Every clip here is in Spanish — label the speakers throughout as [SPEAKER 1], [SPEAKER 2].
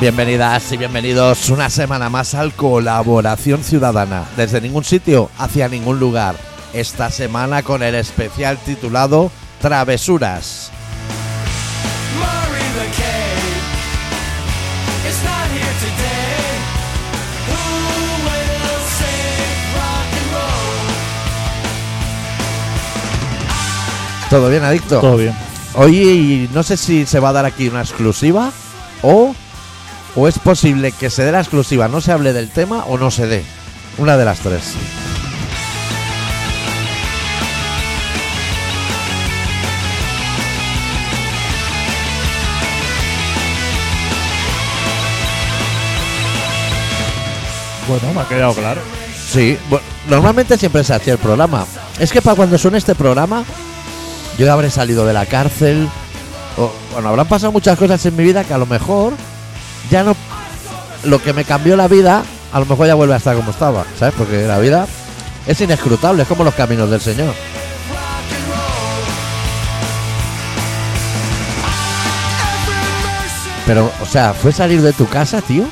[SPEAKER 1] Bienvenidas y bienvenidos una semana más al Colaboración Ciudadana. Desde ningún sitio, hacia ningún lugar. Esta semana con el especial titulado Travesuras.
[SPEAKER 2] Murray McCabe is not here today. Who will save rock and roll?
[SPEAKER 1] ¿Todo bien, Adicto?
[SPEAKER 3] Todo bien.
[SPEAKER 1] Hoy no sé si se va a dar aquí una exclusiva o, o es posible que se dé la exclusiva, no se hable del tema o no se dé. Una de las tres.
[SPEAKER 3] Bueno, me ha quedado claro.
[SPEAKER 1] Sí, bu- normalmente siempre se hacía el programa. Es que para cuando suene este programa, yo ya habré salido de la cárcel. o- bueno, habrán pasado muchas cosas en mi vida que a lo mejor ya no. Lo que me cambió la vida, a lo mejor ya vuelve a estar como estaba, ¿sabes? Porque la vida es inescrutable, es como los caminos del Señor.
[SPEAKER 2] Rock and roll. Every mercy
[SPEAKER 1] Pero, o sea, fue salir de tu casa, tío.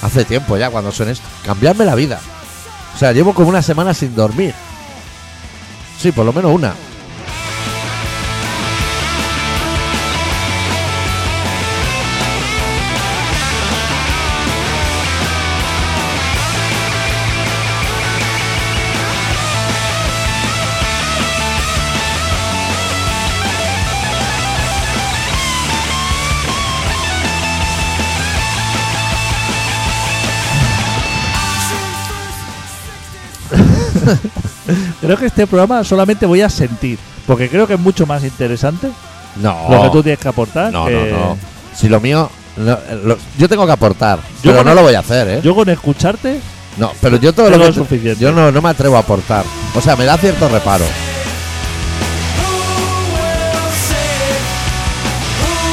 [SPEAKER 1] Hace tiempo ya, cuando suene esto. Cambiarme la vida. O sea, llevo como una semana sin dormir. Sí, por lo menos una.
[SPEAKER 3] Creo que este programa solamente voy a sentir, porque creo que es mucho más interesante
[SPEAKER 1] No.
[SPEAKER 3] lo que tú tienes eh, que aportar.
[SPEAKER 1] Oh. No,
[SPEAKER 3] que-
[SPEAKER 1] no, no. Si lo mío. no, lo- yo tengo que aportar,
[SPEAKER 3] Yo
[SPEAKER 1] pero
[SPEAKER 3] con
[SPEAKER 1] no
[SPEAKER 3] el-
[SPEAKER 1] lo voy a hacer, ¿eh?
[SPEAKER 3] Yo con escucharte,
[SPEAKER 1] no, pero yo todo lo
[SPEAKER 3] yo no
[SPEAKER 1] que.
[SPEAKER 3] es suficiente.
[SPEAKER 1] Yo no, no me atrevo a aportar. O sea, me da cierto reparo.
[SPEAKER 2] Who will save? Who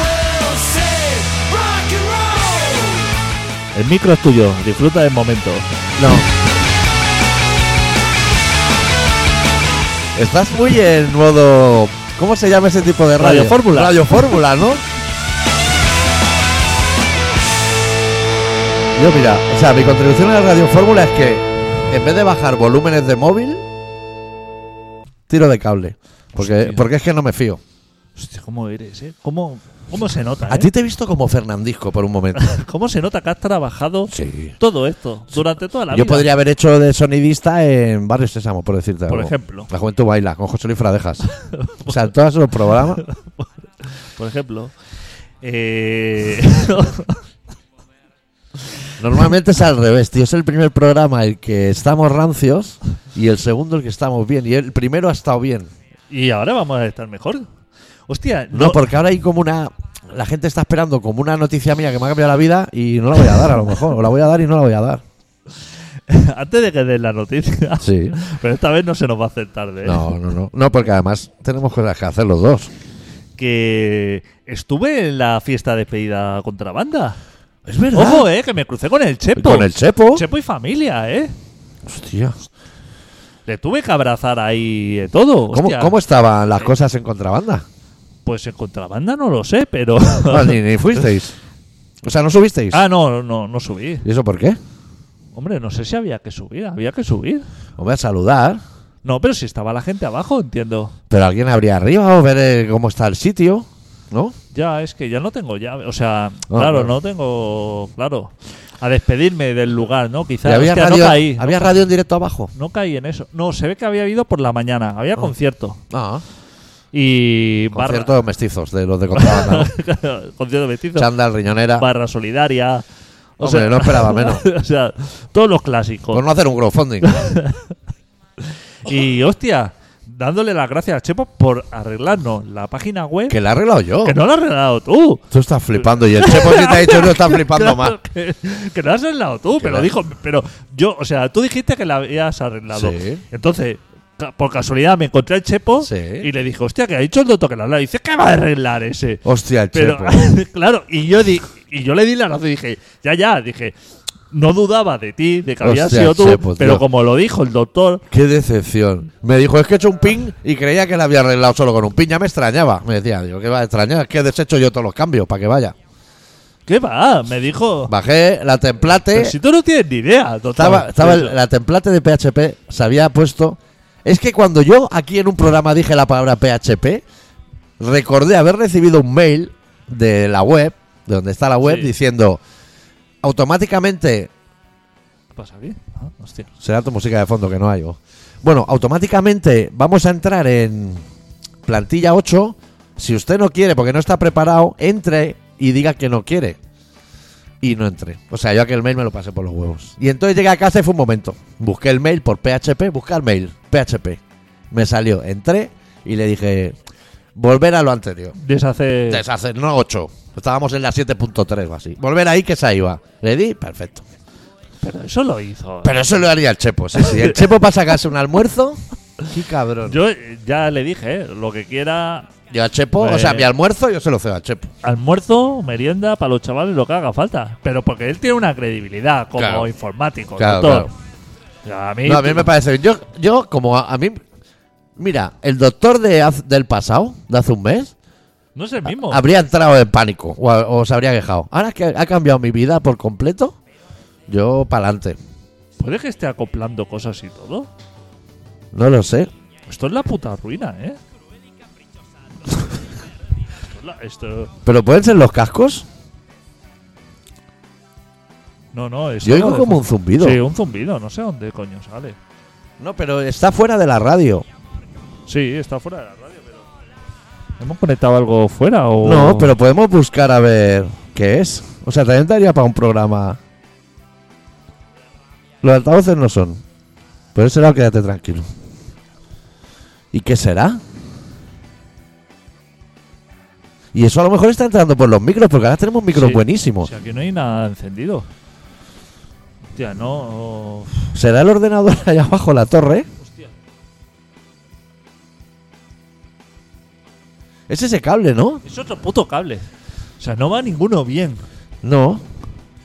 [SPEAKER 2] will save rock and roll?
[SPEAKER 3] el micro es tuyo, disfruta del momento.
[SPEAKER 1] No. Estás muy en modo. ¿Cómo se llama ese tipo de radio?
[SPEAKER 3] Radio fórmula.
[SPEAKER 1] Radio Fórmula, ¿no? Yo, mira, o sea, mi contribución a la Radio Fórmula es que en vez de bajar volúmenes de móvil, tiro de cable. Porque,
[SPEAKER 3] Hostia.
[SPEAKER 1] porque es que no me fío.
[SPEAKER 3] Hostia, ¿cómo eres, eh? ¿Cómo, cómo se nota?
[SPEAKER 1] A
[SPEAKER 3] eh?
[SPEAKER 1] ti te he visto como Fernandisco por un momento.
[SPEAKER 3] ¿Cómo se nota que has trabajado
[SPEAKER 1] sí.
[SPEAKER 3] todo esto durante toda la
[SPEAKER 1] Yo
[SPEAKER 3] vida?
[SPEAKER 1] podría haber hecho de sonidista en Barrio Sésamo, por decirte
[SPEAKER 3] Por
[SPEAKER 1] algo.
[SPEAKER 3] ejemplo.
[SPEAKER 1] La Juventud Baila, con José Luis Fradejas. o sea, todos los programas.
[SPEAKER 3] Por ejemplo. Eh,
[SPEAKER 1] Normalmente es al revés, tío. Es el primer programa el que estamos rancios y el segundo el que estamos bien. Y el primero ha estado bien.
[SPEAKER 3] y ahora vamos a estar mejor. Hostia,
[SPEAKER 1] No, porque ahora hay como una... La gente está esperando como una noticia mía que me ha cambiado la vida y no la voy a dar a lo mejor. O la voy a dar y no la voy a dar.
[SPEAKER 3] antes de que den la noticia,
[SPEAKER 1] Sí.
[SPEAKER 3] pero esta vez no se nos va a hacer tarde. ¿eh?
[SPEAKER 1] No, no, no. No, porque además tenemos cosas que hacer los dos.
[SPEAKER 3] que estuve en la fiesta de despedida contrabanda.
[SPEAKER 1] Es verdad.
[SPEAKER 3] Ojo, eh, que me crucé con el Chepo.
[SPEAKER 1] Con el Chepo.
[SPEAKER 3] Chepo y familia, eh.
[SPEAKER 1] Hostia.
[SPEAKER 3] Le tuve que abrazar ahí eh, todo.
[SPEAKER 1] ¿Cómo,
[SPEAKER 3] Hostia,
[SPEAKER 1] ¿Cómo estaban las cosas en contrabanda?
[SPEAKER 3] Pues en contrabanda no lo sé, pero.
[SPEAKER 1] No, Ah, ni, ni fuisteis. O sea, no subisteis.
[SPEAKER 3] ah, no, no, no subí.
[SPEAKER 1] ¿Y eso por qué?
[SPEAKER 3] Hombre, no sé si había que subir, había que subir.
[SPEAKER 1] Os voy a saludar,
[SPEAKER 3] No, pero si estaba la gente abajo, entiendo.
[SPEAKER 1] pero alguien habría arriba o ver eh, cómo está el sitio, ¿no?
[SPEAKER 3] Ya, es que ya no tengo llave. O sea,
[SPEAKER 1] No,
[SPEAKER 3] claro,
[SPEAKER 1] no.
[SPEAKER 3] no tengo. Claro. A despedirme del lugar, ¿no?
[SPEAKER 1] Y
[SPEAKER 3] Quizás.
[SPEAKER 1] había
[SPEAKER 3] hostia,
[SPEAKER 1] radio,
[SPEAKER 3] no caí.
[SPEAKER 1] había radio en directo abajo.
[SPEAKER 3] No caí en eso. No, se ve que había ido por la mañana. Había concierto.
[SPEAKER 1] Ah,
[SPEAKER 3] Y barra.
[SPEAKER 1] conciertos mestizos de los de contrabanda. ¿no?
[SPEAKER 3] concierto mestizo.
[SPEAKER 1] Chándal, riñonera.
[SPEAKER 3] Barra solidaria. O
[SPEAKER 1] Hombre,
[SPEAKER 3] sea-
[SPEAKER 1] no esperaba menos.
[SPEAKER 3] o sea, todos los clásicos.
[SPEAKER 1] Por no hacer un crowdfunding.
[SPEAKER 3] Y hostia, dándole las gracias a Chepo por arreglarnos la página web.
[SPEAKER 1] que la he arreglado yo.
[SPEAKER 3] Que no la has arreglado tú.
[SPEAKER 1] Tú estás flipando y el chepo sí te ha dicho no estás flipando
[SPEAKER 3] Claro,
[SPEAKER 1] más.
[SPEAKER 3] que, que no has arreglado tú, pero
[SPEAKER 1] la-
[SPEAKER 3] dijo, pero yo, o sea, tú dijiste que la habías arreglado.
[SPEAKER 1] Sí.
[SPEAKER 3] Entonces, ca- por casualidad me encontré al Chepo
[SPEAKER 1] Sí.
[SPEAKER 3] y le dije, hostia, que ha dicho el doctor que la habla. Dice, ¿qué va a arreglar ese?
[SPEAKER 1] Hostia, el
[SPEAKER 3] Pero,
[SPEAKER 1] chepo.
[SPEAKER 3] claro, y yo, di, y yo le di la razón y dije, ya, ya, dije, no dudaba de ti, de que habías
[SPEAKER 1] Hostia, pues,
[SPEAKER 3] sido tú,
[SPEAKER 1] Chepo,
[SPEAKER 3] pero
[SPEAKER 1] tío.
[SPEAKER 3] como lo dijo el doctor,
[SPEAKER 1] Qué decepción. Me dijo, es que he hecho un pin y creía que la había arreglado solo con un pin. Ya me extrañaba. Me decía, digo, ¿qué va a extrañar? Es que desecho yo todos los cambios para que vaya.
[SPEAKER 3] ¿Qué va? Me dijo.
[SPEAKER 1] Bajé la template.
[SPEAKER 3] Pero si tú no tienes ni idea, total.
[SPEAKER 1] Estaba, estaba el-
[SPEAKER 3] Eso.
[SPEAKER 1] la template de PHP, se había puesto. Es que cuando yo aquí en un programa dije la palabra PHP, recordé haber recibido un mail de la web, de donde está la web,
[SPEAKER 3] Sí.
[SPEAKER 1] diciendo automáticamente.
[SPEAKER 3] ¿Qué pasa aquí? Ah, hostia.
[SPEAKER 1] Será tu música de fondo que no hay. oh. Bueno, automáticamente vamos a entrar en plantilla 8. Si usted no quiere porque no está preparado, entre y diga que no quiere. Y no entré. O sea, yo aquel mail me lo pasé por los huevos. Y entonces llegué a casa y fue un momento. Busqué el mail por PHP, buscar mail, PHP. Me salió, entré y le dije, volver a lo anterior.
[SPEAKER 3] Deshace.
[SPEAKER 1] Deshacer, no 8. Estábamos en la 7.3 o así. Volver ahí que se iba. Le di, perfecto.
[SPEAKER 3] Pero eso lo hizo.
[SPEAKER 1] Pero eso lo haría el Chepo, sí, sí. El Chepo para sacarse un almuerzo. Qué cabrón. Yo,
[SPEAKER 3] Yo eh, ya le dije, eh, lo que quiera,
[SPEAKER 1] al Chepo, o
[SPEAKER 3] Pues-
[SPEAKER 1] sea, mi almuerzo yo se lo cedo al Chepo.
[SPEAKER 3] almuerzo, merienda, para los chavales lo que haga falta. Pero porque él tiene una credibilidad como
[SPEAKER 1] Claro.
[SPEAKER 3] informático,
[SPEAKER 1] Claro,
[SPEAKER 3] doctor. A mí,
[SPEAKER 1] No, a mí me parece bien. Yo, yo como a, a mí. Mira, el doctor de haz- del pasado, de hace un mes,
[SPEAKER 3] no es el mismo.
[SPEAKER 1] habría entrado en pánico o, a- o se habría quejado. Ahora que ha cambiado mi vida por completo, yo para adelante.
[SPEAKER 3] Puede que esté acoplando cosas y todo.
[SPEAKER 1] No lo sé.
[SPEAKER 3] Pues Esto es la puta ruina, ¿eh? Esto es la- esto-
[SPEAKER 1] ¿Pero pueden ser los cascos?
[SPEAKER 3] no, no, esto
[SPEAKER 1] Yo
[SPEAKER 3] no
[SPEAKER 1] oigo
[SPEAKER 3] de-
[SPEAKER 1] como un zumbido.
[SPEAKER 3] Sí, un zumbido, no sé dónde coño sale.
[SPEAKER 1] No, pero está fuera de la radio.
[SPEAKER 3] Sí, está fuera de la radio, pero. ¿Hemos conectado algo fuera o.?
[SPEAKER 1] No, pero podemos buscar a ver qué es. O sea, también daría para un programa. Los altavoces no son. Por eso lado quédate tranquilo. ¿Y qué será? Y eso a lo mejor está entrando por los micros, porque ahora tenemos micros
[SPEAKER 3] Sí.
[SPEAKER 1] buenísimos.
[SPEAKER 3] Si aquí no hay nada encendido. Hostia, no.
[SPEAKER 1] ¿Será el ordenador allá abajo, la torre?
[SPEAKER 3] Hostia.
[SPEAKER 1] Es ese cable, ¿no?
[SPEAKER 3] Es otro puto cable. O sea, no va ninguno bien.
[SPEAKER 1] No,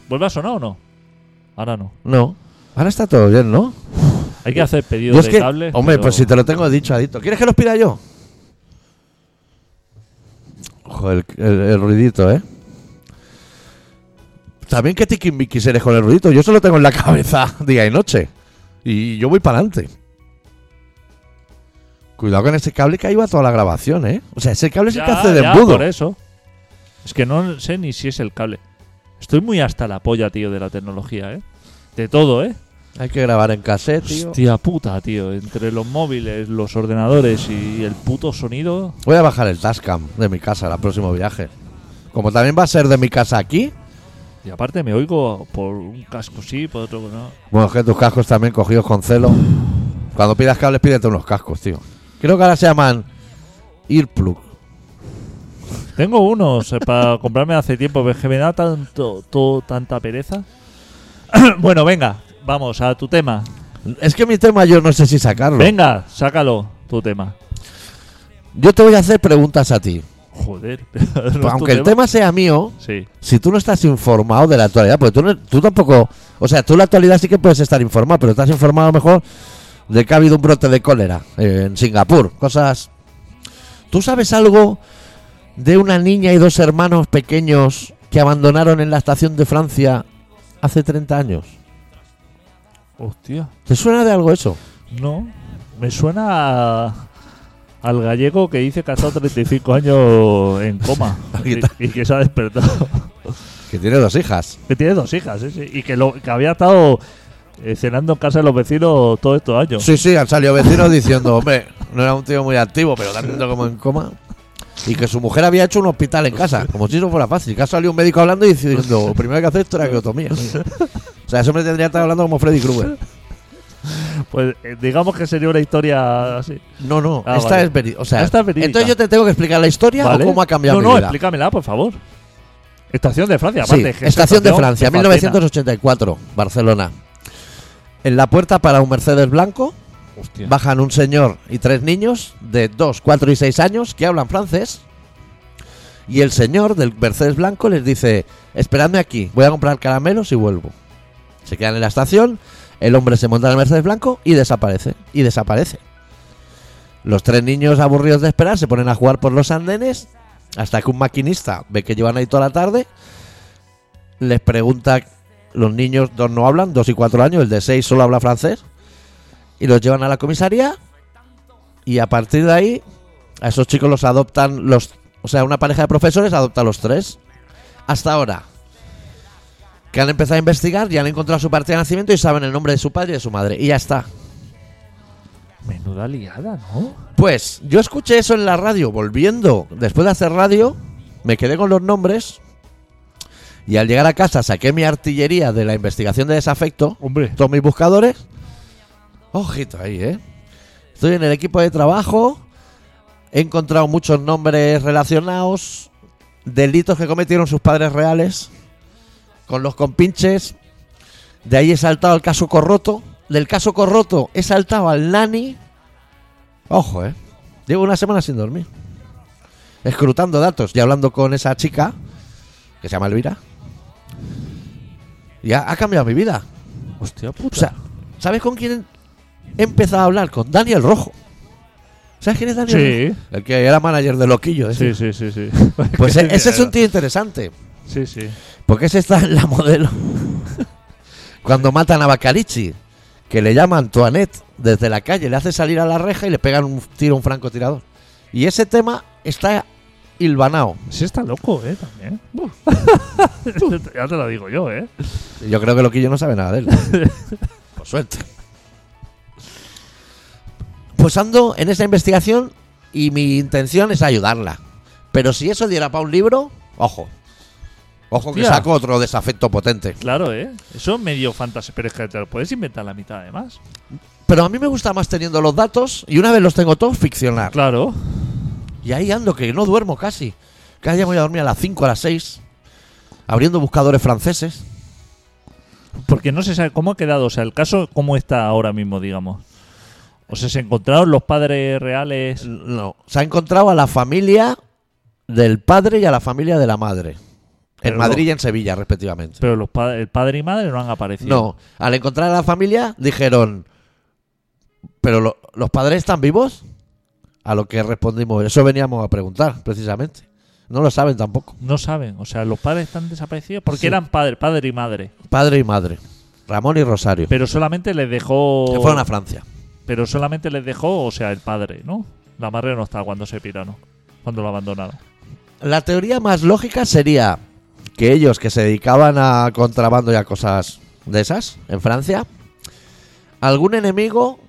[SPEAKER 3] ¿Vuelve a sonar o no? Ahora no.
[SPEAKER 1] no. Ahora está todo bien, ¿no?
[SPEAKER 3] Hay que hacer pedido
[SPEAKER 1] Eh, Yo
[SPEAKER 3] de
[SPEAKER 1] es que-
[SPEAKER 3] cable.
[SPEAKER 1] hombre,
[SPEAKER 3] pero-
[SPEAKER 1] pues si te lo tengo dicho, Adicto. ¿Quieres que los pida yo? Joder, el, el- el ruidito, ¿eh? También que tiquismiquis eres con el ruidito. Yo solo tengo en la cabeza día y noche. Y yo voy para adelante. Cuidado con ese cable que ahí va toda la grabación, ¿eh? O sea, ese cable es el que
[SPEAKER 3] Ya,
[SPEAKER 1] hace de
[SPEAKER 3] ya,
[SPEAKER 1] embudo.
[SPEAKER 3] Por eso. Es que no sé ni si es el cable. Estoy muy hasta la polla, tío, de la tecnología, ¿eh? De todo, ¿eh?
[SPEAKER 1] Hay que grabar en cassette, tío.
[SPEAKER 3] Hostia puta, tío. Entre los móviles, los ordenadores y el puto sonido.
[SPEAKER 1] Voy a bajar el Tascam de mi casa al próximo viaje. Como también va a ser de mi casa aquí,
[SPEAKER 3] Y aparte me oigo por un casco sí, por otro no.
[SPEAKER 1] Bueno, es que tus cascos también cogidos con celo. Cuando pidas cables, pídete unos cascos, tío. Creo que ahora se llaman Earplug.
[SPEAKER 3] Tengo unos eh, para comprarme hace tiempo, pero es que me da tanto, to- tanta pereza. bueno, venga, vamos a tu tema.
[SPEAKER 1] Es que mi tema yo no sé si sacarlo.
[SPEAKER 3] Venga, sácalo, tu tema.
[SPEAKER 1] Yo te voy a hacer preguntas a ti.
[SPEAKER 3] Joder, ¿no es tu
[SPEAKER 1] Pues Aunque el tema sea mío,
[SPEAKER 3] Sí,
[SPEAKER 1] si tú no estás informado de la actualidad, porque tú, no- tú tampoco... O sea, tú en la actualidad sí que puedes estar informado, pero estás informado a lo mejor de que ha habido un brote de cólera eh, en Singapur. Cosas... ¿Tú sabes algo de una niña y dos hermanos pequeños que abandonaron en la estación de Francia hace 30 años?
[SPEAKER 3] hostia.
[SPEAKER 1] ¿Te suena de algo eso?
[SPEAKER 3] No, me suena a- al gallego que dice que ha estado 35 años en coma
[SPEAKER 1] Aquí está.
[SPEAKER 3] y, y que se ha despertado.
[SPEAKER 1] Que tiene dos hijas.
[SPEAKER 3] que tiene dos hijas, sí, sí, y que, lo, que había estado eh, cenando en casa de los vecinos todos estos años.
[SPEAKER 1] Sí, sí, han salido vecinos diciendo, hombre, no era un tío muy activo, pero tanto como en coma. Y que su mujer había hecho un hospital en casa, como si eso fuera fácil. Que ha salido un médico hablando y diciendo, lo primero que hacer esto era criotomía. O sea, ese hombre tendría que estar hablando como Freddy Krueger.
[SPEAKER 3] Pues eh, digamos que sería una historia así.
[SPEAKER 1] No, no,
[SPEAKER 3] Ah,
[SPEAKER 1] esta
[SPEAKER 3] vale.
[SPEAKER 1] es verídica. O sea,
[SPEAKER 3] Esta es verídica.
[SPEAKER 1] entonces yo te tengo que explicar la historia
[SPEAKER 3] ¿Vale?
[SPEAKER 1] o cómo ha cambiado
[SPEAKER 3] no,
[SPEAKER 1] mi
[SPEAKER 3] no,
[SPEAKER 1] vida.
[SPEAKER 3] explícamela, por favor. Estación de Francia,
[SPEAKER 1] Sí,
[SPEAKER 3] aparte. que esa
[SPEAKER 1] estación de
[SPEAKER 3] estación
[SPEAKER 1] Francia,
[SPEAKER 3] te fascina.
[SPEAKER 1] 1984, Barcelona. En la puerta para un Mercedes blanco
[SPEAKER 3] Hostia.
[SPEAKER 1] Bajan un señor y tres niños de 2, 4 y 6 años que hablan francés. Y el señor del Mercedes Blanco les dice, esperadme aquí, voy a comprar caramelos y vuelvo. Se quedan en la estación, el hombre se monta en el Mercedes Blanco y desaparece. Y desaparece. Los tres niños aburridos de esperar se ponen a jugar por los andenes hasta que un maquinista ve que llevan ahí toda la tarde les pregunta, los niños dos no hablan, dos y cuatro años, el de seis solo habla francés, y los llevan a la comisaría y a partir de ahí a esos chicos los adoptan los, o sea, una pareja de profesores adopta a los tres. Hasta ahora. Que han empezado a investigar y han encontrado su parte de nacimiento y saben el nombre de su padre y de su madre. Y ya está.
[SPEAKER 3] Menuda liada, ¿no?
[SPEAKER 1] Pues yo escuché eso en la radio, volviendo después de hacer radio, me quedé con los nombres y al llegar a casa saqué mi artillería de la investigación de desafecto,
[SPEAKER 3] Hombre.
[SPEAKER 1] todos mis buscadores. Ojito ahí, ¿eh? Estoy en el equipo de trabajo, he encontrado muchos nombres relacionados, delitos que cometieron sus padres reales, con los compinches. De ahí he saltado al caso Corroto. Del caso Corroto he saltado al Nani. Ojo, ¿eh? Llevo una semana sin dormir. Escrutando datos y hablando con esa chica, que se llama Elvira. Y ha- ha cambiado mi vida.
[SPEAKER 3] Hostia
[SPEAKER 1] O
[SPEAKER 3] puta.
[SPEAKER 1] sea, ¿sabes con quién he empezado a hablar? Con Daniel Rojo. ¿Sabes quién es Daniel Rojo?
[SPEAKER 3] sí.
[SPEAKER 1] El que era manager de Loquillo. ese.
[SPEAKER 3] Sí, sí, sí, sí.
[SPEAKER 1] Pues e- ese es un tío interesante.
[SPEAKER 3] Sí, sí.
[SPEAKER 1] Porque ese está en la modelo. Cuando matan a Bacarici, que le llama Antoinette desde la calle, le hace salir a la reja y le pegan un tiro a un francotirador. Y ese tema está hilvanado.
[SPEAKER 3] Sí está loco, ¿eh? También. ya te lo digo yo, ¿eh?
[SPEAKER 1] Yo creo que Loquillo no sabe nada de él. Por suerte. Pues ando en esa investigación y mi intención es ayudarla. Pero si eso diera para un libro, ojo. Ojo que
[SPEAKER 3] Tía.
[SPEAKER 1] saco otro desafecto potente.
[SPEAKER 3] Claro, ¿eh? Eso es medio fantasía, pero es que te lo puedes inventar la mitad además.
[SPEAKER 1] Pero a mí me gusta más teniendo los datos y una vez los tengo todos, ficcionar.
[SPEAKER 3] Claro.
[SPEAKER 1] Y ahí ando, que no duermo casi. Cada día me voy a dormir a las 5, a las 6, abriendo buscadores franceses.
[SPEAKER 3] Porque no se sabe cómo ha quedado, o sea, el caso, cómo está ahora mismo, digamos. O sea, se encontraron los padres reales.
[SPEAKER 1] No, se ha encontrado a la familia del padre y a la familia de la madre.
[SPEAKER 3] Pero
[SPEAKER 1] en Madrid y en Sevilla, respectivamente.
[SPEAKER 3] Pero los pa- el padre y madre no han aparecido.
[SPEAKER 1] no, al encontrar a la familia dijeron, ¿pero lo- los padres están vivos? A lo que respondimos, eso veníamos a preguntar, precisamente. No lo saben tampoco.
[SPEAKER 3] No saben, o sea, los padres están desaparecidos porque
[SPEAKER 1] Sí.
[SPEAKER 3] eran padre, padre y madre.
[SPEAKER 1] Padre y madre. Ramón y Rosario.
[SPEAKER 3] Pero solamente les dejó.
[SPEAKER 1] Que fueron a Francia.
[SPEAKER 3] Pero solamente les dejó, o sea, el padre, ¿no? La madre no estaba cuando se piraron, cuando lo abandonaron.
[SPEAKER 1] La teoría más lógica sería que ellos que se dedicaban a contrabando y a cosas de esas en Francia, algún enemigo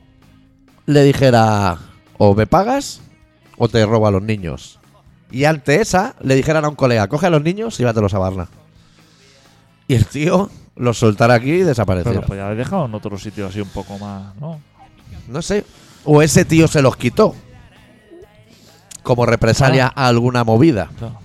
[SPEAKER 1] le dijera o me pagas o te robo a los niños. Y ante esa le dijeran a un colega, coge a los niños y vátelos a Barna. Y el tío los soltara aquí y
[SPEAKER 3] Pero
[SPEAKER 1] desapareciera.
[SPEAKER 3] pues ya les dejado en otro sitio así un poco más, ¿no?
[SPEAKER 1] No sé. O ese tío se los quitó. Como represalia a alguna movida.
[SPEAKER 3] Claro.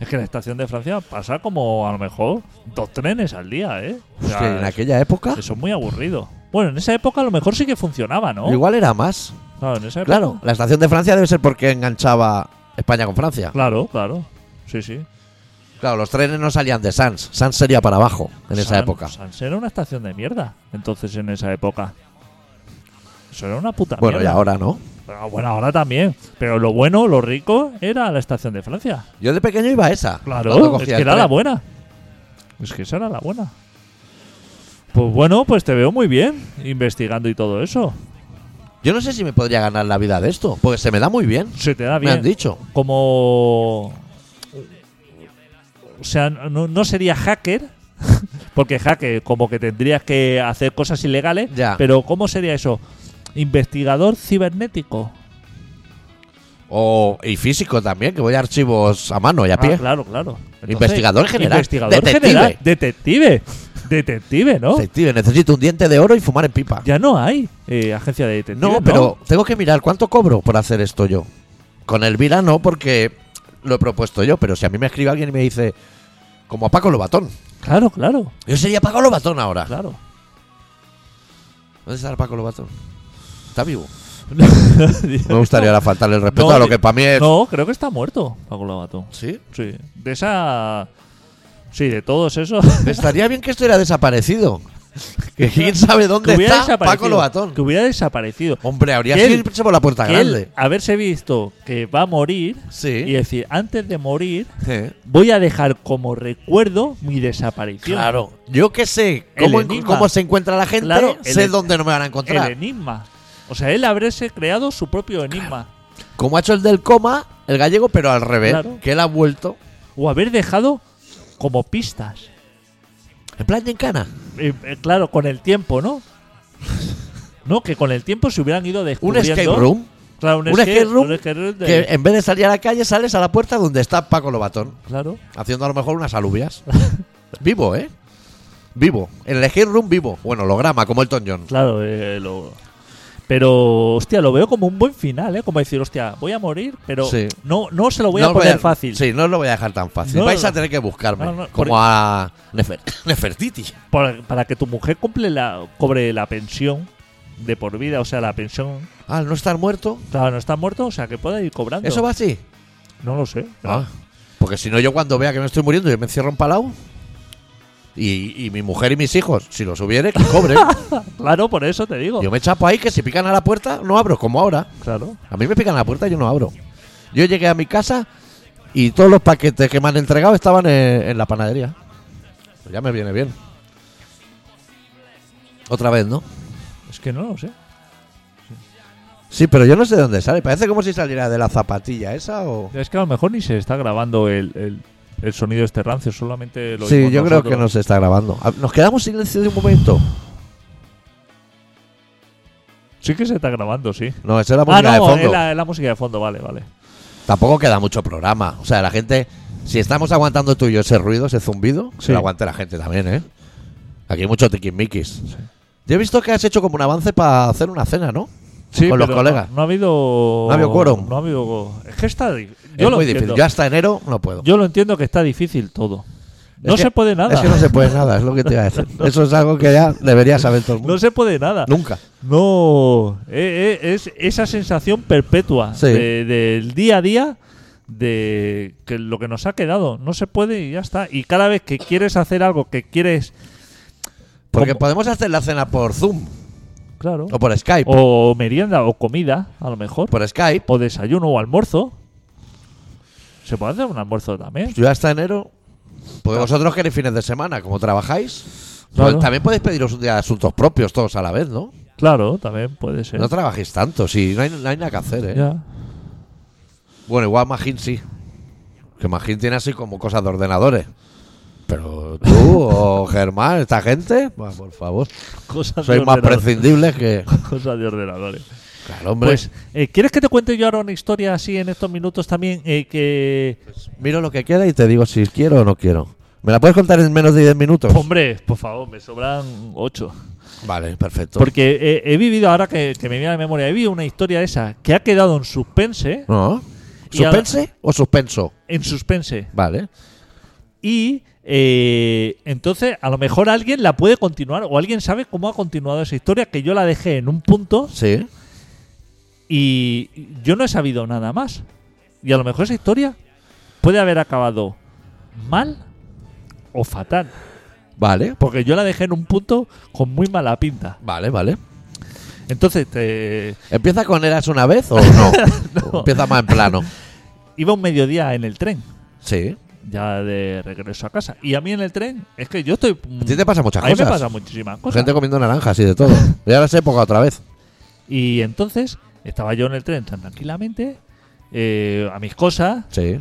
[SPEAKER 3] Es que la estación de Francia pasa como a lo mejor dos trenes al día, ¿eh? O sea,
[SPEAKER 1] Hostia, en aquella época
[SPEAKER 3] Eso es muy aburrido. Bueno, en esa época a lo mejor sí que funcionaba, ¿no?
[SPEAKER 1] igual era más.
[SPEAKER 3] Claro, en esa época-
[SPEAKER 1] Claro, la estación de Francia debe ser porque enganchaba España con Francia.
[SPEAKER 3] Claro, claro. Sí, sí.
[SPEAKER 1] Claro, los trenes no salían de Sans. Sans sería para abajo en esa
[SPEAKER 3] San-
[SPEAKER 1] época.
[SPEAKER 3] Sans era una estación de mierda. Entonces, en esa época. Eso era una puta
[SPEAKER 1] Bueno, y
[SPEAKER 3] mierda.
[SPEAKER 1] ahora no.
[SPEAKER 3] Pero bueno, ahora también. Pero lo bueno, lo rico, era la estación de Francia.
[SPEAKER 1] Yo de pequeño iba a esa. cuando
[SPEAKER 3] Claro, es
[SPEAKER 1] cogía el
[SPEAKER 3] que era la
[SPEAKER 1] tren.
[SPEAKER 3] buena. Es que esa era la buena. Pues bueno, pues te veo muy bien investigando y todo eso.
[SPEAKER 1] Yo no sé si me podría ganar la vida de esto, porque se me da muy bien.
[SPEAKER 3] Se te da
[SPEAKER 1] Me
[SPEAKER 3] bien.
[SPEAKER 1] han dicho.
[SPEAKER 3] Como. O sea, no, no sería hacker, porque hacker, como que tendrías que hacer cosas ilegales.
[SPEAKER 1] Ya.
[SPEAKER 3] Pero, ¿cómo sería eso? Investigador cibernético.
[SPEAKER 1] O, y físico también, que voy a archivos a mano y a
[SPEAKER 3] Ah,
[SPEAKER 1] pie.
[SPEAKER 3] claro, claro.
[SPEAKER 1] Investigador general.
[SPEAKER 3] Investigador
[SPEAKER 1] Detective.
[SPEAKER 3] general. Detective. Detective, ¿no?
[SPEAKER 1] Detective, necesito un diente de oro y fumar en pipa.
[SPEAKER 3] Ya no hay eh, agencia de detectives.
[SPEAKER 1] No, pero tengo que mirar cuánto cobro por hacer esto yo. Con Elvira no, porque lo he propuesto yo, pero si a mí me escribe alguien y me dice, como a Paco Lobatón.
[SPEAKER 3] Claro, claro,
[SPEAKER 1] Yo sería Paco Lobatón ahora.
[SPEAKER 3] claro.
[SPEAKER 1] ¿Dónde está Paco Lobatón? Está vivo. Me gustaría ahora faltarle el respeto
[SPEAKER 3] No,
[SPEAKER 1] a lo
[SPEAKER 3] que-
[SPEAKER 1] que para mí es.
[SPEAKER 3] No, creo que está muerto Paco Lobato.
[SPEAKER 1] ¿Sí?
[SPEAKER 3] Sí. De esa. Sí, de todos esos.
[SPEAKER 1] Estaría bien que esto era desaparecido. Que quién sabe dónde
[SPEAKER 3] hubiera
[SPEAKER 1] está Paco
[SPEAKER 3] desaparecido,
[SPEAKER 1] Lobatón.
[SPEAKER 3] que hubiera desaparecido.
[SPEAKER 1] Hombre, habría
[SPEAKER 3] Que
[SPEAKER 1] que
[SPEAKER 3] él-
[SPEAKER 1] irse por la puerta
[SPEAKER 3] Que
[SPEAKER 1] grande.
[SPEAKER 3] él haberse visto que va a morir y
[SPEAKER 1] sí.
[SPEAKER 3] decir, antes de morir,
[SPEAKER 1] Sí.
[SPEAKER 3] voy a dejar como recuerdo mi desaparición.
[SPEAKER 1] Claro. Yo que sé
[SPEAKER 3] El
[SPEAKER 1] cómo,
[SPEAKER 3] enigma.
[SPEAKER 1] cómo se encuentra la gente,
[SPEAKER 3] Claro, el
[SPEAKER 1] sé
[SPEAKER 3] en-
[SPEAKER 1] dónde no me van a encontrar.
[SPEAKER 3] El enigma. O sea, él haberse creado su propio enigma.
[SPEAKER 1] Como ha hecho el del coma, el gallego, pero al revés.
[SPEAKER 3] Claro.
[SPEAKER 1] Que él ha vuelto.
[SPEAKER 3] O haber dejado como pistas.
[SPEAKER 1] En plan Gincana.
[SPEAKER 3] Eh, eh, claro, con el tiempo, ¿no? No, que con el tiempo se hubieran ido
[SPEAKER 1] Un
[SPEAKER 3] descubriendo.
[SPEAKER 1] escape room.
[SPEAKER 3] Claro, un,
[SPEAKER 1] Un escape room
[SPEAKER 3] un escape room de-
[SPEAKER 1] Que en vez de salir a la calle, sales a la puerta donde está Paco Lobatón.
[SPEAKER 3] Claro.
[SPEAKER 1] Haciendo a lo mejor unas alubias. vivo, ¿eh? Vivo. En el escape room vivo. Bueno, holograma, como Elton John.
[SPEAKER 3] Claro, eh, lo- Pero, hostia, lo veo como un buen final, ¿eh? Como decir, hostia, voy a morir, pero
[SPEAKER 1] Sí.
[SPEAKER 3] no, no se lo voy
[SPEAKER 1] No
[SPEAKER 3] a
[SPEAKER 1] os
[SPEAKER 3] poner fácil.
[SPEAKER 1] Sí, no os lo voy a dejar tan fácil.
[SPEAKER 3] No,
[SPEAKER 1] Vais
[SPEAKER 3] no.
[SPEAKER 1] a tener que buscarme.
[SPEAKER 3] No, no,
[SPEAKER 1] como
[SPEAKER 3] por-
[SPEAKER 1] a Nefer- Nefertiti.
[SPEAKER 3] Para, para que tu mujer cumple la, cobre la pensión de por vida, o sea, la pensión.
[SPEAKER 1] Al no estar muerto.
[SPEAKER 3] Claro, no está muerto, o sea, que pueda ir cobrando.
[SPEAKER 1] ¿Eso va así?
[SPEAKER 3] No lo sé.
[SPEAKER 1] Ah, porque si no, yo cuando vea que me estoy muriendo, yo me encierro en Palau. Y, y mi mujer y mis hijos, si los hubiere, que cobren.
[SPEAKER 3] Claro, por eso te digo.
[SPEAKER 1] yo me chapo ahí que si pican a la puerta, no abro, como ahora.
[SPEAKER 3] Claro.
[SPEAKER 1] A mí me pican a la puerta y yo no abro. Yo llegué a mi casa y todos los paquetes que me han entregado estaban en, en la panadería. Pues ya me viene bien. Otra vez, ¿no?
[SPEAKER 3] Es que no lo sé.
[SPEAKER 1] Sí, pero yo no sé de dónde sale. Parece como si saliera de la zapatilla esa o...
[SPEAKER 3] Es que a lo mejor ni se está grabando el, el- el sonido de este rancio, solamente lo
[SPEAKER 1] Sí,
[SPEAKER 3] oímos
[SPEAKER 1] yo creo que
[SPEAKER 3] nosotros.
[SPEAKER 1] nos está grabando. A- Nos quedamos silencio de un momento.
[SPEAKER 3] Sí que se está grabando, sí.
[SPEAKER 1] No, esa era
[SPEAKER 3] Ah,
[SPEAKER 1] música de
[SPEAKER 3] no,
[SPEAKER 1] fondo.
[SPEAKER 3] es la, es la música de fondo, vale, vale.
[SPEAKER 1] Tampoco queda mucho programa. O sea, la gente, si estamos aguantando tú y yo ese ruido, ese zumbido,
[SPEAKER 3] Sí.
[SPEAKER 1] se lo aguante la gente también, ¿eh? Aquí hay muchos tiquismiquis. Yo he visto que has hecho como un avance para hacer una cena, ¿no?
[SPEAKER 3] Sí,
[SPEAKER 1] Con los
[SPEAKER 3] pero
[SPEAKER 1] colegas.
[SPEAKER 3] No, no ha habido.
[SPEAKER 1] No ha habido quórum.
[SPEAKER 3] No ha habido. Es que está. di- Yo
[SPEAKER 1] es
[SPEAKER 3] lo
[SPEAKER 1] muy
[SPEAKER 3] entiendo.
[SPEAKER 1] difícil. Yo hasta enero no puedo.
[SPEAKER 3] Yo lo entiendo que está difícil todo. No
[SPEAKER 1] que-
[SPEAKER 3] se puede nada.
[SPEAKER 1] Es que no se puede nada, es lo que te iba a decir. Eso es algo que ya debería saber todo el mundo.
[SPEAKER 3] No se puede nada.
[SPEAKER 1] Nunca.
[SPEAKER 3] No, eh, eh, es esa sensación perpetua
[SPEAKER 1] Sí.
[SPEAKER 3] de- del día a día de que lo que nos ha quedado no se puede y ya está. Y cada vez que quieres hacer algo que quieres,
[SPEAKER 1] Porque
[SPEAKER 3] ¿Cómo?
[SPEAKER 1] podemos hacer la cena por Zoom
[SPEAKER 3] claro,
[SPEAKER 1] o por Skype.
[SPEAKER 3] o merienda o comida, a lo mejor,
[SPEAKER 1] Por Skype.
[SPEAKER 3] o desayuno o almuerzo, se puede hacer un almuerzo también.
[SPEAKER 1] Yo hasta enero. Pues vosotros queréis fines de semana, como trabajáis, pues
[SPEAKER 3] Claro.
[SPEAKER 1] también podéis pediros un día de asuntos propios todos a la vez, ¿no?
[SPEAKER 3] Claro, también puede ser.
[SPEAKER 1] No trabajéis tanto, sí, no hay, no hay nada que hacer, ¿eh?
[SPEAKER 3] Ya.
[SPEAKER 1] Bueno, igual Magín sí. Que Magín tiene así como cosas de ordenadores. Pero tú o Germán, esta gente, bah, por favor,
[SPEAKER 3] Cosas de
[SPEAKER 1] sois más
[SPEAKER 3] ordenador.
[SPEAKER 1] prescindibles que.
[SPEAKER 3] Cosas de ordenadores.
[SPEAKER 1] Claro, hombre.
[SPEAKER 3] Pues, eh, ¿quieres que te cuente yo ahora una historia así en estos minutos también? eh, que
[SPEAKER 1] Miro lo que queda y te digo si quiero o no quiero. ¿Me la puedes contar en menos de 10 minutos?
[SPEAKER 3] Hombre, por favor, me sobran ocho.
[SPEAKER 1] Vale, perfecto.
[SPEAKER 3] Porque eh, he vivido, ahora que, que me viene a la memoria, he vivido una historia esa que ha quedado en suspense.
[SPEAKER 1] ¿No?
[SPEAKER 3] Y ahora-
[SPEAKER 1] ¿Suspense o suspenso?
[SPEAKER 3] En suspense.
[SPEAKER 1] Vale.
[SPEAKER 3] Y eh, entonces, a lo mejor alguien la puede continuar o alguien sabe cómo ha continuado esa historia, que yo la dejé en un punto
[SPEAKER 1] Sí.
[SPEAKER 3] y yo no he sabido nada más. Y a lo mejor esa historia puede haber acabado mal o fatal.
[SPEAKER 1] Vale.
[SPEAKER 3] Porque yo la dejé en un punto con muy mala pinta.
[SPEAKER 1] Vale, vale.
[SPEAKER 3] Entonces, te,
[SPEAKER 1] ¿Empieza con eras una vez o no? O Empieza más en plano.
[SPEAKER 3] iba un mediodía en el tren,
[SPEAKER 1] Sí.
[SPEAKER 3] ya de regreso a casa. Y a mí en el tren, es que yo estoy. mm,
[SPEAKER 1] A ti te pasan muchas
[SPEAKER 3] a mí me
[SPEAKER 1] cosas.
[SPEAKER 3] pasan muchísimas cosas.
[SPEAKER 1] Gente comiendo naranjas y de todo. Y ahora es época otra vez.
[SPEAKER 3] Y entonces estaba yo en el tren tan tranquilamente, eh, a mis cosas,
[SPEAKER 1] Sí.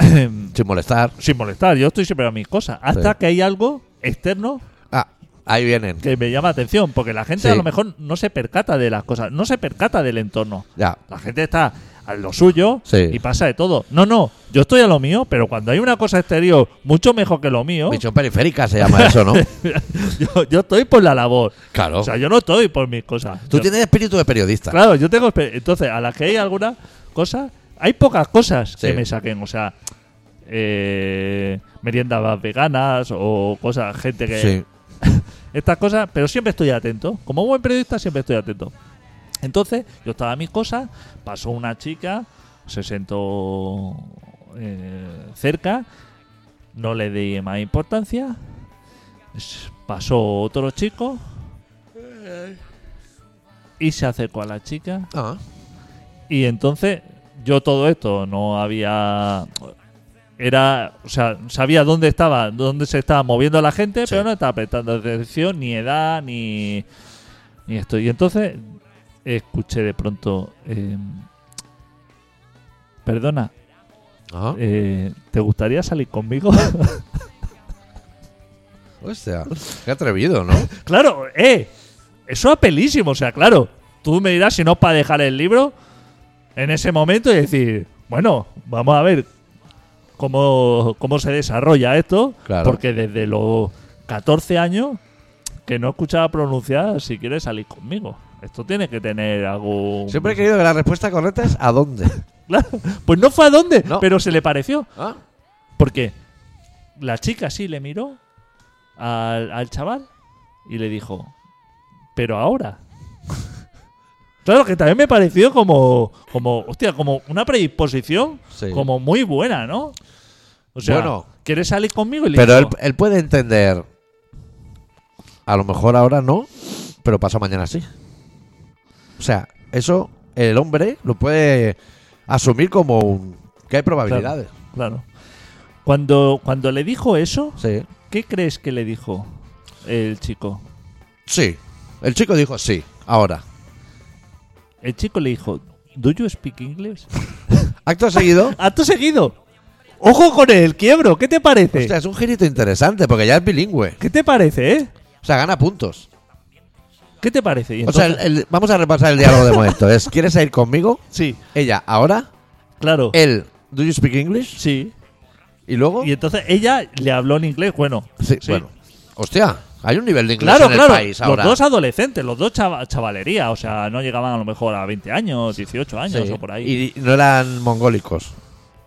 [SPEAKER 1] Sin molestar.
[SPEAKER 3] sin molestar. Yo estoy siempre a mis cosas. Hasta
[SPEAKER 1] Sí.
[SPEAKER 3] que hay algo externo
[SPEAKER 1] Ah, ahí vienen.
[SPEAKER 3] que me llama atención, porque la
[SPEAKER 1] Sí.
[SPEAKER 3] gente a lo mejor no se percata de las cosas, no se percata del entorno.
[SPEAKER 1] Ya.
[SPEAKER 3] La gente está a lo suyo
[SPEAKER 1] Sí.
[SPEAKER 3] y pasa de todo. No, no, yo estoy a lo mío, pero cuando hay una cosa exterior mucho mejor que lo mío,
[SPEAKER 1] Misión periférica se llama eso, ¿no?
[SPEAKER 3] yo, yo estoy por la labor.
[SPEAKER 1] Claro.
[SPEAKER 3] O sea, yo no estoy por mis cosas.
[SPEAKER 1] Tú
[SPEAKER 3] Yo-
[SPEAKER 1] tienes espíritu de periodista.
[SPEAKER 3] Claro, yo tengo. espe- Entonces, a las que hay alguna cosa, hay pocas cosas que
[SPEAKER 1] Sí.
[SPEAKER 3] me saquen. O sea, eh, meriendas veganas o cosas, gente que.
[SPEAKER 1] Sí.
[SPEAKER 3] Estas cosas, pero siempre estoy atento. Como buen periodista, siempre estoy atento. Entonces, yo estaba a mis cosas, pasó una chica, se sentó eh, cerca, no le di más importancia. Es- Pasó otro chico y se acercó a la chica.
[SPEAKER 1] Ah,
[SPEAKER 3] Y entonces yo todo esto no había... Era, o sea, sabía dónde estaba, dónde se estaba moviendo la gente,
[SPEAKER 1] Sí.
[SPEAKER 3] pero no estaba prestando atención ni edad ni, ni esto. Y entonces escuché de pronto, eh, perdona,
[SPEAKER 1] ah.
[SPEAKER 3] eh, ¿te gustaría salir conmigo?
[SPEAKER 1] Hostia, qué atrevido, ¿no?
[SPEAKER 3] Claro, eh. Eso es pelísimo. O sea, claro, tú me dirás si no para dejar el libro en ese momento y decir, bueno, vamos a ver cómo, cómo se desarrolla esto.
[SPEAKER 1] Claro.
[SPEAKER 3] Porque desde los 14 años que no escuchaba pronunciar si quieres salir conmigo. Esto tiene que tener algún.
[SPEAKER 1] Siempre he querido que la respuesta correcta es ¿a dónde?
[SPEAKER 3] Claro, Pues no fue a dónde,
[SPEAKER 1] No.
[SPEAKER 3] pero se le pareció.
[SPEAKER 1] ¿Ah?
[SPEAKER 3] Porque la chica sí le miró al, al chaval y le dijo, pero ahora. claro que también me pareció como, como, hostia, como una predisposición
[SPEAKER 1] Sí.
[SPEAKER 3] como muy buena, ¿no? O sea,
[SPEAKER 1] Bueno.
[SPEAKER 3] ¿quieres salir conmigo? Y le
[SPEAKER 1] Pero él,
[SPEAKER 3] dijo,
[SPEAKER 1] él puede entender. A lo mejor ahora no, pero pasado mañana sí. O sea, eso el hombre lo puede asumir como un- que hay probabilidades.
[SPEAKER 3] claro. Cuando, cuando le dijo eso,
[SPEAKER 1] Sí.
[SPEAKER 3] ¿qué crees que le dijo el chico?
[SPEAKER 1] Sí. El chico dijo sí, ahora.
[SPEAKER 3] El chico le dijo, ¿Do you speak English?
[SPEAKER 1] Acto seguido.
[SPEAKER 3] Acto seguido. Ojo con el quiebro, ¿qué te parece?
[SPEAKER 1] Hostia, es un girito interesante porque ya es bilingüe.
[SPEAKER 3] ¿Qué te parece, eh?
[SPEAKER 1] O sea, gana puntos.
[SPEAKER 3] ¿Qué te parece? Y
[SPEAKER 1] O sea,
[SPEAKER 3] entonces-
[SPEAKER 1] el- el- vamos a repasar el diálogo de momento. Es, ¿quieres ir conmigo?
[SPEAKER 3] sí,
[SPEAKER 1] Ella, ahora.
[SPEAKER 3] claro.
[SPEAKER 1] Él, ¿do you speak English?
[SPEAKER 3] sí.
[SPEAKER 1] Y luego.
[SPEAKER 3] Y entonces ella le habló en inglés, bueno.
[SPEAKER 1] Sí, bueno. Hostia, hay un nivel de inglés
[SPEAKER 3] Claro,
[SPEAKER 1] en el
[SPEAKER 3] claro.
[SPEAKER 1] país
[SPEAKER 3] los
[SPEAKER 1] ahora.
[SPEAKER 3] dos adolescentes, los dos chava- chavalería, o sea, no llegaban a lo mejor a 20 años, 18 años
[SPEAKER 1] Sí.
[SPEAKER 3] o por ahí.
[SPEAKER 1] Y no eran mongólicos.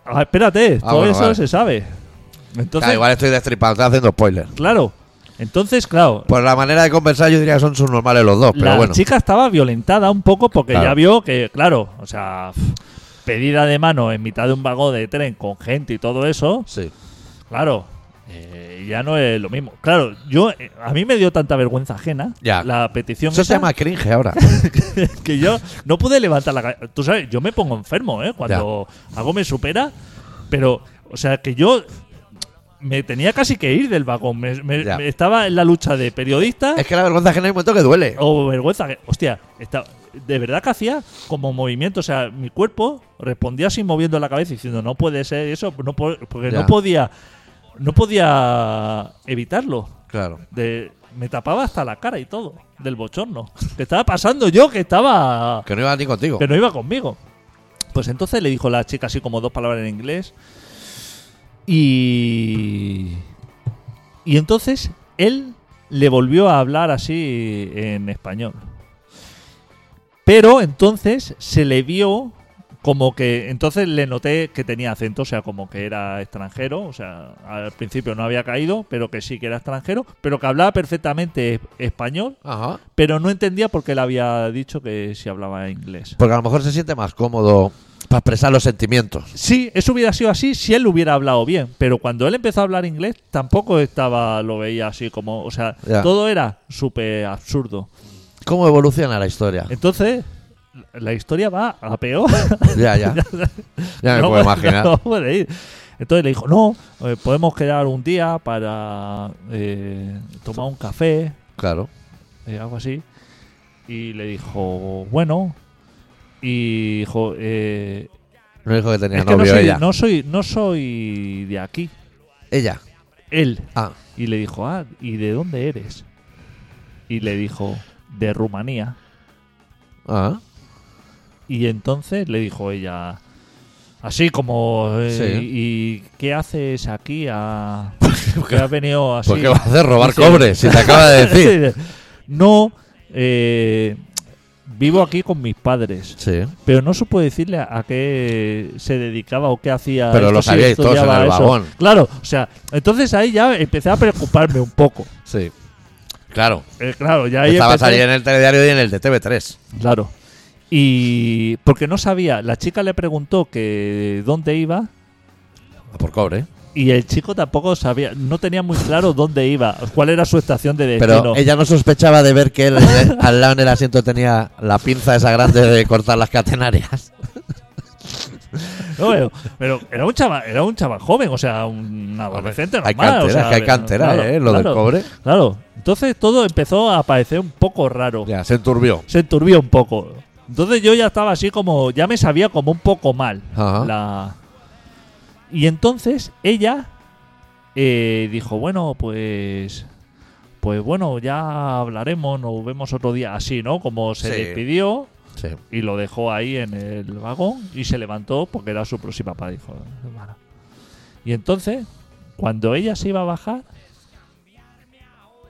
[SPEAKER 3] Ah, espérate,
[SPEAKER 1] Ah,
[SPEAKER 3] todo
[SPEAKER 1] bueno,
[SPEAKER 3] eso
[SPEAKER 1] vale.
[SPEAKER 3] se sabe. Entonces,
[SPEAKER 1] Claro, igual estoy destripado, estoy haciendo spoilers.
[SPEAKER 3] claro. Entonces, claro,
[SPEAKER 1] Por la manera de conversar, yo diría que son subnormales los dos,
[SPEAKER 3] la
[SPEAKER 1] Pues, pero bueno.
[SPEAKER 3] chica estaba violentada un poco porque
[SPEAKER 1] Claro.
[SPEAKER 3] ya vio que, claro, o sea, pf, pedida de mano en mitad de un vagón de tren con gente y todo eso,
[SPEAKER 1] Sí.
[SPEAKER 3] Claro, eh, ya no es lo mismo. Claro, yo eh, a mí me dio tanta vergüenza ajena
[SPEAKER 1] Ya.
[SPEAKER 3] la petición
[SPEAKER 1] Eso se
[SPEAKER 3] esa,
[SPEAKER 1] llama cringe ahora.
[SPEAKER 3] que yo no pude levantar la cabeza. Tú sabes, yo me pongo enfermo, ¿eh? Cuando algo me supera, pero, o sea, que yo me tenía casi que ir del vagón. Me, me-
[SPEAKER 1] Ya.
[SPEAKER 3] me estaba en la lucha de periodista
[SPEAKER 1] es que la vergüenza genera un momento que duele.
[SPEAKER 3] o vergüenza. ajena. Hostia, esta- de verdad que hacía como movimiento, o sea, mi cuerpo respondía así moviendo la cabeza diciendo no puede ser eso, no po- porque
[SPEAKER 1] Ya.
[SPEAKER 3] no podía, no podía evitarlo.
[SPEAKER 1] Claro.
[SPEAKER 3] De, me tapaba hasta la cara y todo del bochorno. Que estaba pasando yo, que estaba.
[SPEAKER 1] Que no iba ni contigo.
[SPEAKER 3] que no iba conmigo. Pues entonces le dijo la chica así como dos palabras en inglés. Y. Y entonces él le volvió a hablar así en español. Pero entonces se le vio como que. Entonces le noté que tenía acento, o sea, como que era extranjero. O sea, al principio no había caído, pero que sí que era extranjero. Pero que hablaba perfectamente español,
[SPEAKER 1] Ajá.
[SPEAKER 3] pero no entendía por qué le había dicho que si hablaba inglés.
[SPEAKER 1] Porque a lo mejor se siente más cómodo para expresar los sentimientos.
[SPEAKER 3] Sí, eso hubiera sido así si él hubiera hablado bien, pero cuando él empezó a hablar inglés tampoco estaba, lo veía así como, o sea,
[SPEAKER 1] Ya.
[SPEAKER 3] todo era súper absurdo.
[SPEAKER 1] ¿Cómo evoluciona la historia?
[SPEAKER 3] Entonces, la historia va a peor.
[SPEAKER 1] ya, ya. Ya me
[SPEAKER 3] No
[SPEAKER 1] puedo
[SPEAKER 3] puede-
[SPEAKER 1] imaginar.
[SPEAKER 3] no puede ir. Entonces le dijo, no, eh, podemos quedar un día para eh, tomar un café,
[SPEAKER 1] Claro.
[SPEAKER 3] eh, algo así. Y le dijo, bueno, y dijo, eh,
[SPEAKER 1] No dijo que tenía
[SPEAKER 3] es que
[SPEAKER 1] novio
[SPEAKER 3] no soy,
[SPEAKER 1] ella.
[SPEAKER 3] no, soy, no soy de aquí,
[SPEAKER 1] Ella.
[SPEAKER 3] él.
[SPEAKER 1] Ah.
[SPEAKER 3] Y le dijo, ah, ¿y de dónde eres? Y le dijo, de Rumanía.
[SPEAKER 1] Ah.
[SPEAKER 3] Y entonces le dijo ella, así como, eh,
[SPEAKER 1] Sí. Pues,
[SPEAKER 3] ¿y qué haces aquí? A... que has venido así?
[SPEAKER 1] ¿Por qué vas a hacer robar
[SPEAKER 3] Sí.
[SPEAKER 1] cobre? Si te acaba de decir.
[SPEAKER 3] no, eh, vivo aquí con mis padres.
[SPEAKER 1] Sí.
[SPEAKER 3] Pero no supo decirle a a qué se dedicaba o qué hacía.
[SPEAKER 1] Pero
[SPEAKER 3] esto,
[SPEAKER 1] lo
[SPEAKER 3] si
[SPEAKER 1] sabíais todos en
[SPEAKER 3] estudiaba
[SPEAKER 1] el
[SPEAKER 3] eso.
[SPEAKER 1] vagón.
[SPEAKER 3] Claro, o sea, entonces ahí ya empecé a preocuparme un poco.
[SPEAKER 1] Sí. Claro.
[SPEAKER 3] Eh, claro, ya ahí
[SPEAKER 1] Estabas
[SPEAKER 3] empecé-
[SPEAKER 1] ahí en el telediario y en el de TV3.
[SPEAKER 3] Claro. Y porque no sabía, la chica le preguntó que dónde iba
[SPEAKER 1] A por cobre.
[SPEAKER 3] Y el chico tampoco sabía, no tenía muy claro dónde iba, cuál era su estación de destino.
[SPEAKER 1] Pero ella no sospechaba de ver que él eh, al lado en el asiento tenía la pinza esa grande de cortar las catenarias.
[SPEAKER 3] No, pero, pero era un chaval, era un chaval joven, o sea, un adolescente
[SPEAKER 1] Hay
[SPEAKER 3] normal, o
[SPEAKER 1] cantera,
[SPEAKER 3] sea,
[SPEAKER 1] que hay cantera,
[SPEAKER 3] claro,
[SPEAKER 1] ¿eh? Lo del
[SPEAKER 3] claro,
[SPEAKER 1] cobre.
[SPEAKER 3] Claro. Entonces todo empezó a parecer un poco raro.
[SPEAKER 1] Ya, se enturbió.
[SPEAKER 3] Se enturbió un poco. Entonces yo ya estaba así como, ya me sabía como un poco mal.
[SPEAKER 1] Ajá.
[SPEAKER 3] La... Y entonces ella eh, dijo, bueno, pues... Pues bueno, ya hablaremos, nos vemos otro día así, ¿no? Como se
[SPEAKER 1] Sí.
[SPEAKER 3] despidió
[SPEAKER 1] Sí.
[SPEAKER 3] y lo dejó ahí en el vagón y se levantó porque era su próxima pareja. Y entonces, cuando ella se iba a bajar,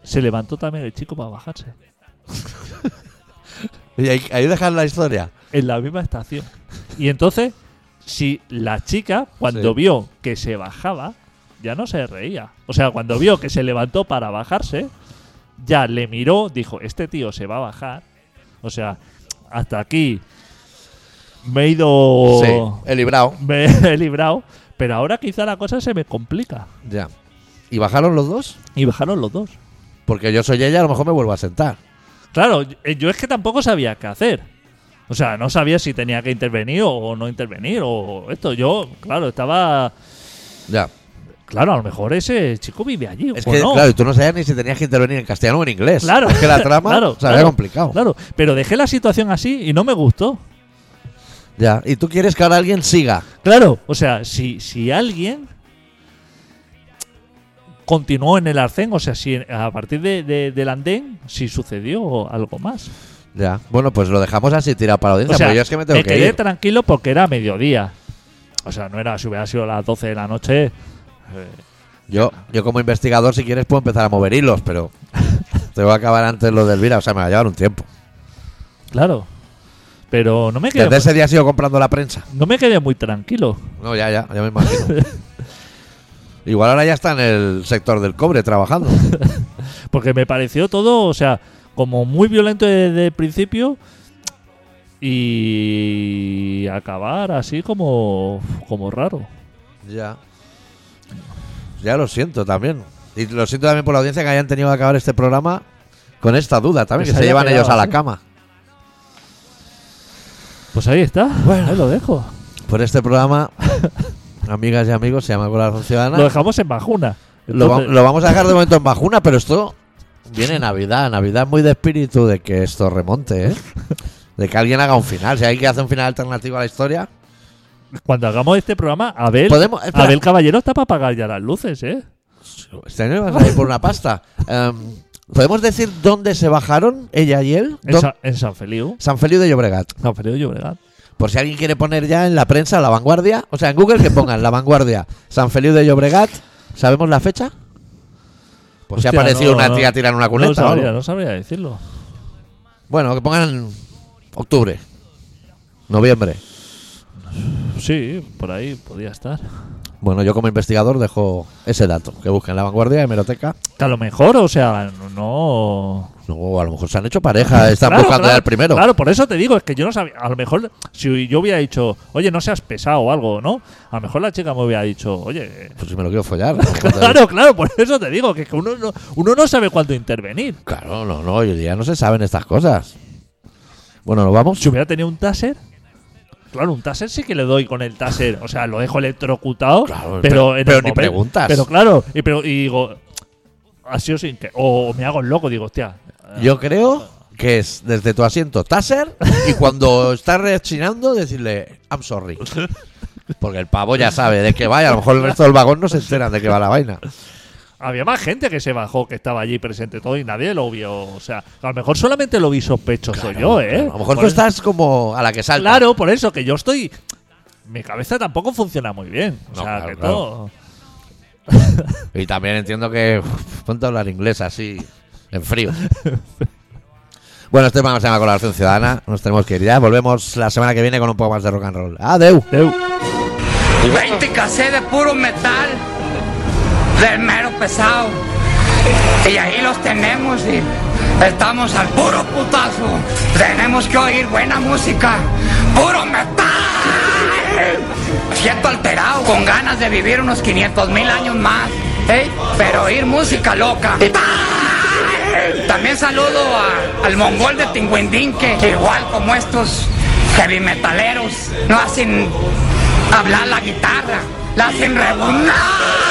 [SPEAKER 3] se levantó también el chico para bajarse.
[SPEAKER 1] Y ahí, ahí dejas la historia.
[SPEAKER 3] En la misma estación. Y entonces, si la chica, cuando
[SPEAKER 1] Sí.
[SPEAKER 3] vio que se bajaba, ya no se reía. O sea, cuando vio que se levantó para bajarse, ya le miró, dijo, este tío se va a bajar. O sea, hasta aquí me he ido...
[SPEAKER 1] Sí, he librado.
[SPEAKER 3] me he librado. Pero ahora quizá la cosa se me complica.
[SPEAKER 1] Ya. ¿Y bajaron los dos?
[SPEAKER 3] Y bajaron los dos.
[SPEAKER 1] Porque yo soy ella, a lo mejor me vuelvo a sentar.
[SPEAKER 3] Claro, yo- yo es que tampoco sabía qué hacer. O sea, no sabía si tenía que intervenir o no intervenir o esto. Yo, claro, estaba...
[SPEAKER 1] Ya.
[SPEAKER 3] Claro, a lo mejor ese chico vive allí.
[SPEAKER 1] Es
[SPEAKER 3] o
[SPEAKER 1] que,
[SPEAKER 3] no.
[SPEAKER 1] claro, y tú no sabías ni si tenías que intervenir en castellano o en inglés.
[SPEAKER 3] Claro.
[SPEAKER 1] Es que la trama
[SPEAKER 3] Claro,
[SPEAKER 1] se había
[SPEAKER 3] claro,
[SPEAKER 1] complicado.
[SPEAKER 3] Claro, pero dejé la situación así y no me gustó.
[SPEAKER 1] Ya. Y tú quieres que ahora alguien siga.
[SPEAKER 3] Claro, o sea, si, si alguien continuó en el arcén, o sea, si a partir de, de- del andén, si sucedió algo más.
[SPEAKER 1] Ya. Bueno, pues lo dejamos así tirado para la
[SPEAKER 3] O
[SPEAKER 1] audiencia,
[SPEAKER 3] sea,
[SPEAKER 1] pero yo es que me tengo que
[SPEAKER 3] quedé
[SPEAKER 1] ir.
[SPEAKER 3] tranquilo porque era mediodía. O sea, no era, si hubiera sido las 12 de la noche. eh,
[SPEAKER 1] Yo, yo como investigador, si quieres, puedo empezar a mover hilos, pero te voy a acabar antes lo del Elvira. O sea, me va a llevar un tiempo.
[SPEAKER 3] claro. Pero no me quedé,
[SPEAKER 1] Desde ese día sigo comprando la prensa.
[SPEAKER 3] no me quedé muy tranquilo.
[SPEAKER 1] No, ya, ya, ya me imagino. Igual ahora ya está en el sector del cobre trabajando.
[SPEAKER 3] Porque me pareció todo, o sea, como muy violento desde el principio y acabar así como, como raro.
[SPEAKER 1] Ya. Ya lo siento también. Y lo siento también por la audiencia que hayan tenido que acabar este programa con esta duda también,
[SPEAKER 3] Que
[SPEAKER 1] que,
[SPEAKER 3] se
[SPEAKER 1] se
[SPEAKER 3] haya
[SPEAKER 1] llevan
[SPEAKER 3] quedado
[SPEAKER 1] ellos a la
[SPEAKER 3] así.
[SPEAKER 1] cama.
[SPEAKER 3] Pues ahí está,
[SPEAKER 1] Bueno.
[SPEAKER 3] ahí lo dejo.
[SPEAKER 1] Por este programa, amigas y amigos, se llama Corazón Ciudadana.
[SPEAKER 3] Lo dejamos en bajuna.
[SPEAKER 1] Lo, va-
[SPEAKER 3] Entonces-
[SPEAKER 1] lo vamos a dejar de momento en bajuna, pero esto viene Navidad. Navidad muy de espíritu de que esto remonte, ¿eh? De que alguien haga un final. Si hay que hacer un final alternativo a la historia.
[SPEAKER 3] Cuando hagamos este programa, Abel,
[SPEAKER 1] Podemos- espera.
[SPEAKER 3] Abel Caballero está para apagar ya las luces, ¿eh?
[SPEAKER 1] Este año vas a ir por una pasta. Em, ¿Podemos decir dónde se bajaron ella y él?
[SPEAKER 3] En,
[SPEAKER 1] ¿Dó-
[SPEAKER 3] Sa- en San Feliu.
[SPEAKER 1] San Feliu de Llobregat.
[SPEAKER 3] San Feliu de Llobregat.
[SPEAKER 1] Por si alguien quiere poner ya en la prensa La Vanguardia, o sea, en Google que pongan La Vanguardia, San Feliu de Llobregat, ¿sabemos la fecha? Pues si ha
[SPEAKER 3] Hostia,
[SPEAKER 1] aparecido
[SPEAKER 3] no,
[SPEAKER 1] una
[SPEAKER 3] no.
[SPEAKER 1] tía tirando una
[SPEAKER 3] No
[SPEAKER 1] cuneta. o
[SPEAKER 3] sabría,
[SPEAKER 1] algo.
[SPEAKER 3] no sabría decirlo.
[SPEAKER 1] Bueno, que pongan octubre, noviembre.
[SPEAKER 3] Sí, por ahí podía estar.
[SPEAKER 1] Bueno, yo como investigador dejo ese dato, que busquen La Vanguardia, hemeroteca.
[SPEAKER 3] Que a lo mejor, o sea, no...
[SPEAKER 1] No, a lo mejor se han hecho pareja, están
[SPEAKER 3] Claro,
[SPEAKER 1] buscando
[SPEAKER 3] claro,
[SPEAKER 1] ya el primero.
[SPEAKER 3] Claro, por eso te digo, es que yo no sabía. A lo mejor, si yo hubiera dicho, oye, no seas pesado o algo, ¿no? A lo mejor la chica me hubiera dicho, oye. eh,
[SPEAKER 1] Pues si me lo quiero follar. ¿no?
[SPEAKER 3] Claro, claro, por eso te digo, que es que uno no, uno no sabe cuándo intervenir.
[SPEAKER 1] Claro, no, no, hoy en día no se saben estas cosas. Bueno, ¿nos vamos?
[SPEAKER 3] Si hubiera tenido un taser. Claro, un taser sí que le doy con el taser. O sea, lo dejo electrocutado.
[SPEAKER 1] Claro, pero-
[SPEAKER 3] pero en el
[SPEAKER 1] pero ni
[SPEAKER 3] momen-
[SPEAKER 1] preguntas.
[SPEAKER 3] Pero claro, y, pero, y digo, ha sido sin que. O me hago el loco, digo, hostia.
[SPEAKER 1] Yo creo que es desde tu asiento taser y cuando está rechinando decirle I'm sorry. Porque el pavo ya sabe de qué va y a lo mejor el resto del vagón no se enteran de qué va la vaina.
[SPEAKER 3] Pues Había más gente que se bajó, que estaba allí presente todo y nadie lo vio. O sea, a lo mejor solamente lo vi sospechoso yo, ¿eh?
[SPEAKER 1] A lo mejor
[SPEAKER 3] Por
[SPEAKER 1] tú
[SPEAKER 3] eso-
[SPEAKER 1] estás como a la que salta.
[SPEAKER 3] Claro, por eso que yo estoy. Mi cabeza tampoco funciona muy bien. O
[SPEAKER 1] No,
[SPEAKER 3] sea,
[SPEAKER 1] claro,
[SPEAKER 3] que
[SPEAKER 1] claro.
[SPEAKER 3] todo.
[SPEAKER 1] Y también entiendo que uf, ponte a hablar inglés así, en frío. Bueno, este programa se llama Colaboración Ciudadana. Nos tenemos que ir ya. Volvemos la semana que viene con un poco más de rock and roll. ¡Adeu!
[SPEAKER 3] Deu.
[SPEAKER 4] 20 cassettes de puro metal, del mero pesado. Y ahí los tenemos y estamos al puro putazo. Tenemos que oír buena música, puro metal. ¡Eh! Siento alterado, con ganas de vivir unos 500 mil años más. ¿eh? Pero oír música loca. También saludo a- al mongol de Tinguindín, que igual como estos heavy metaleros, no hacen hablar la guitarra, la hacen rebunar.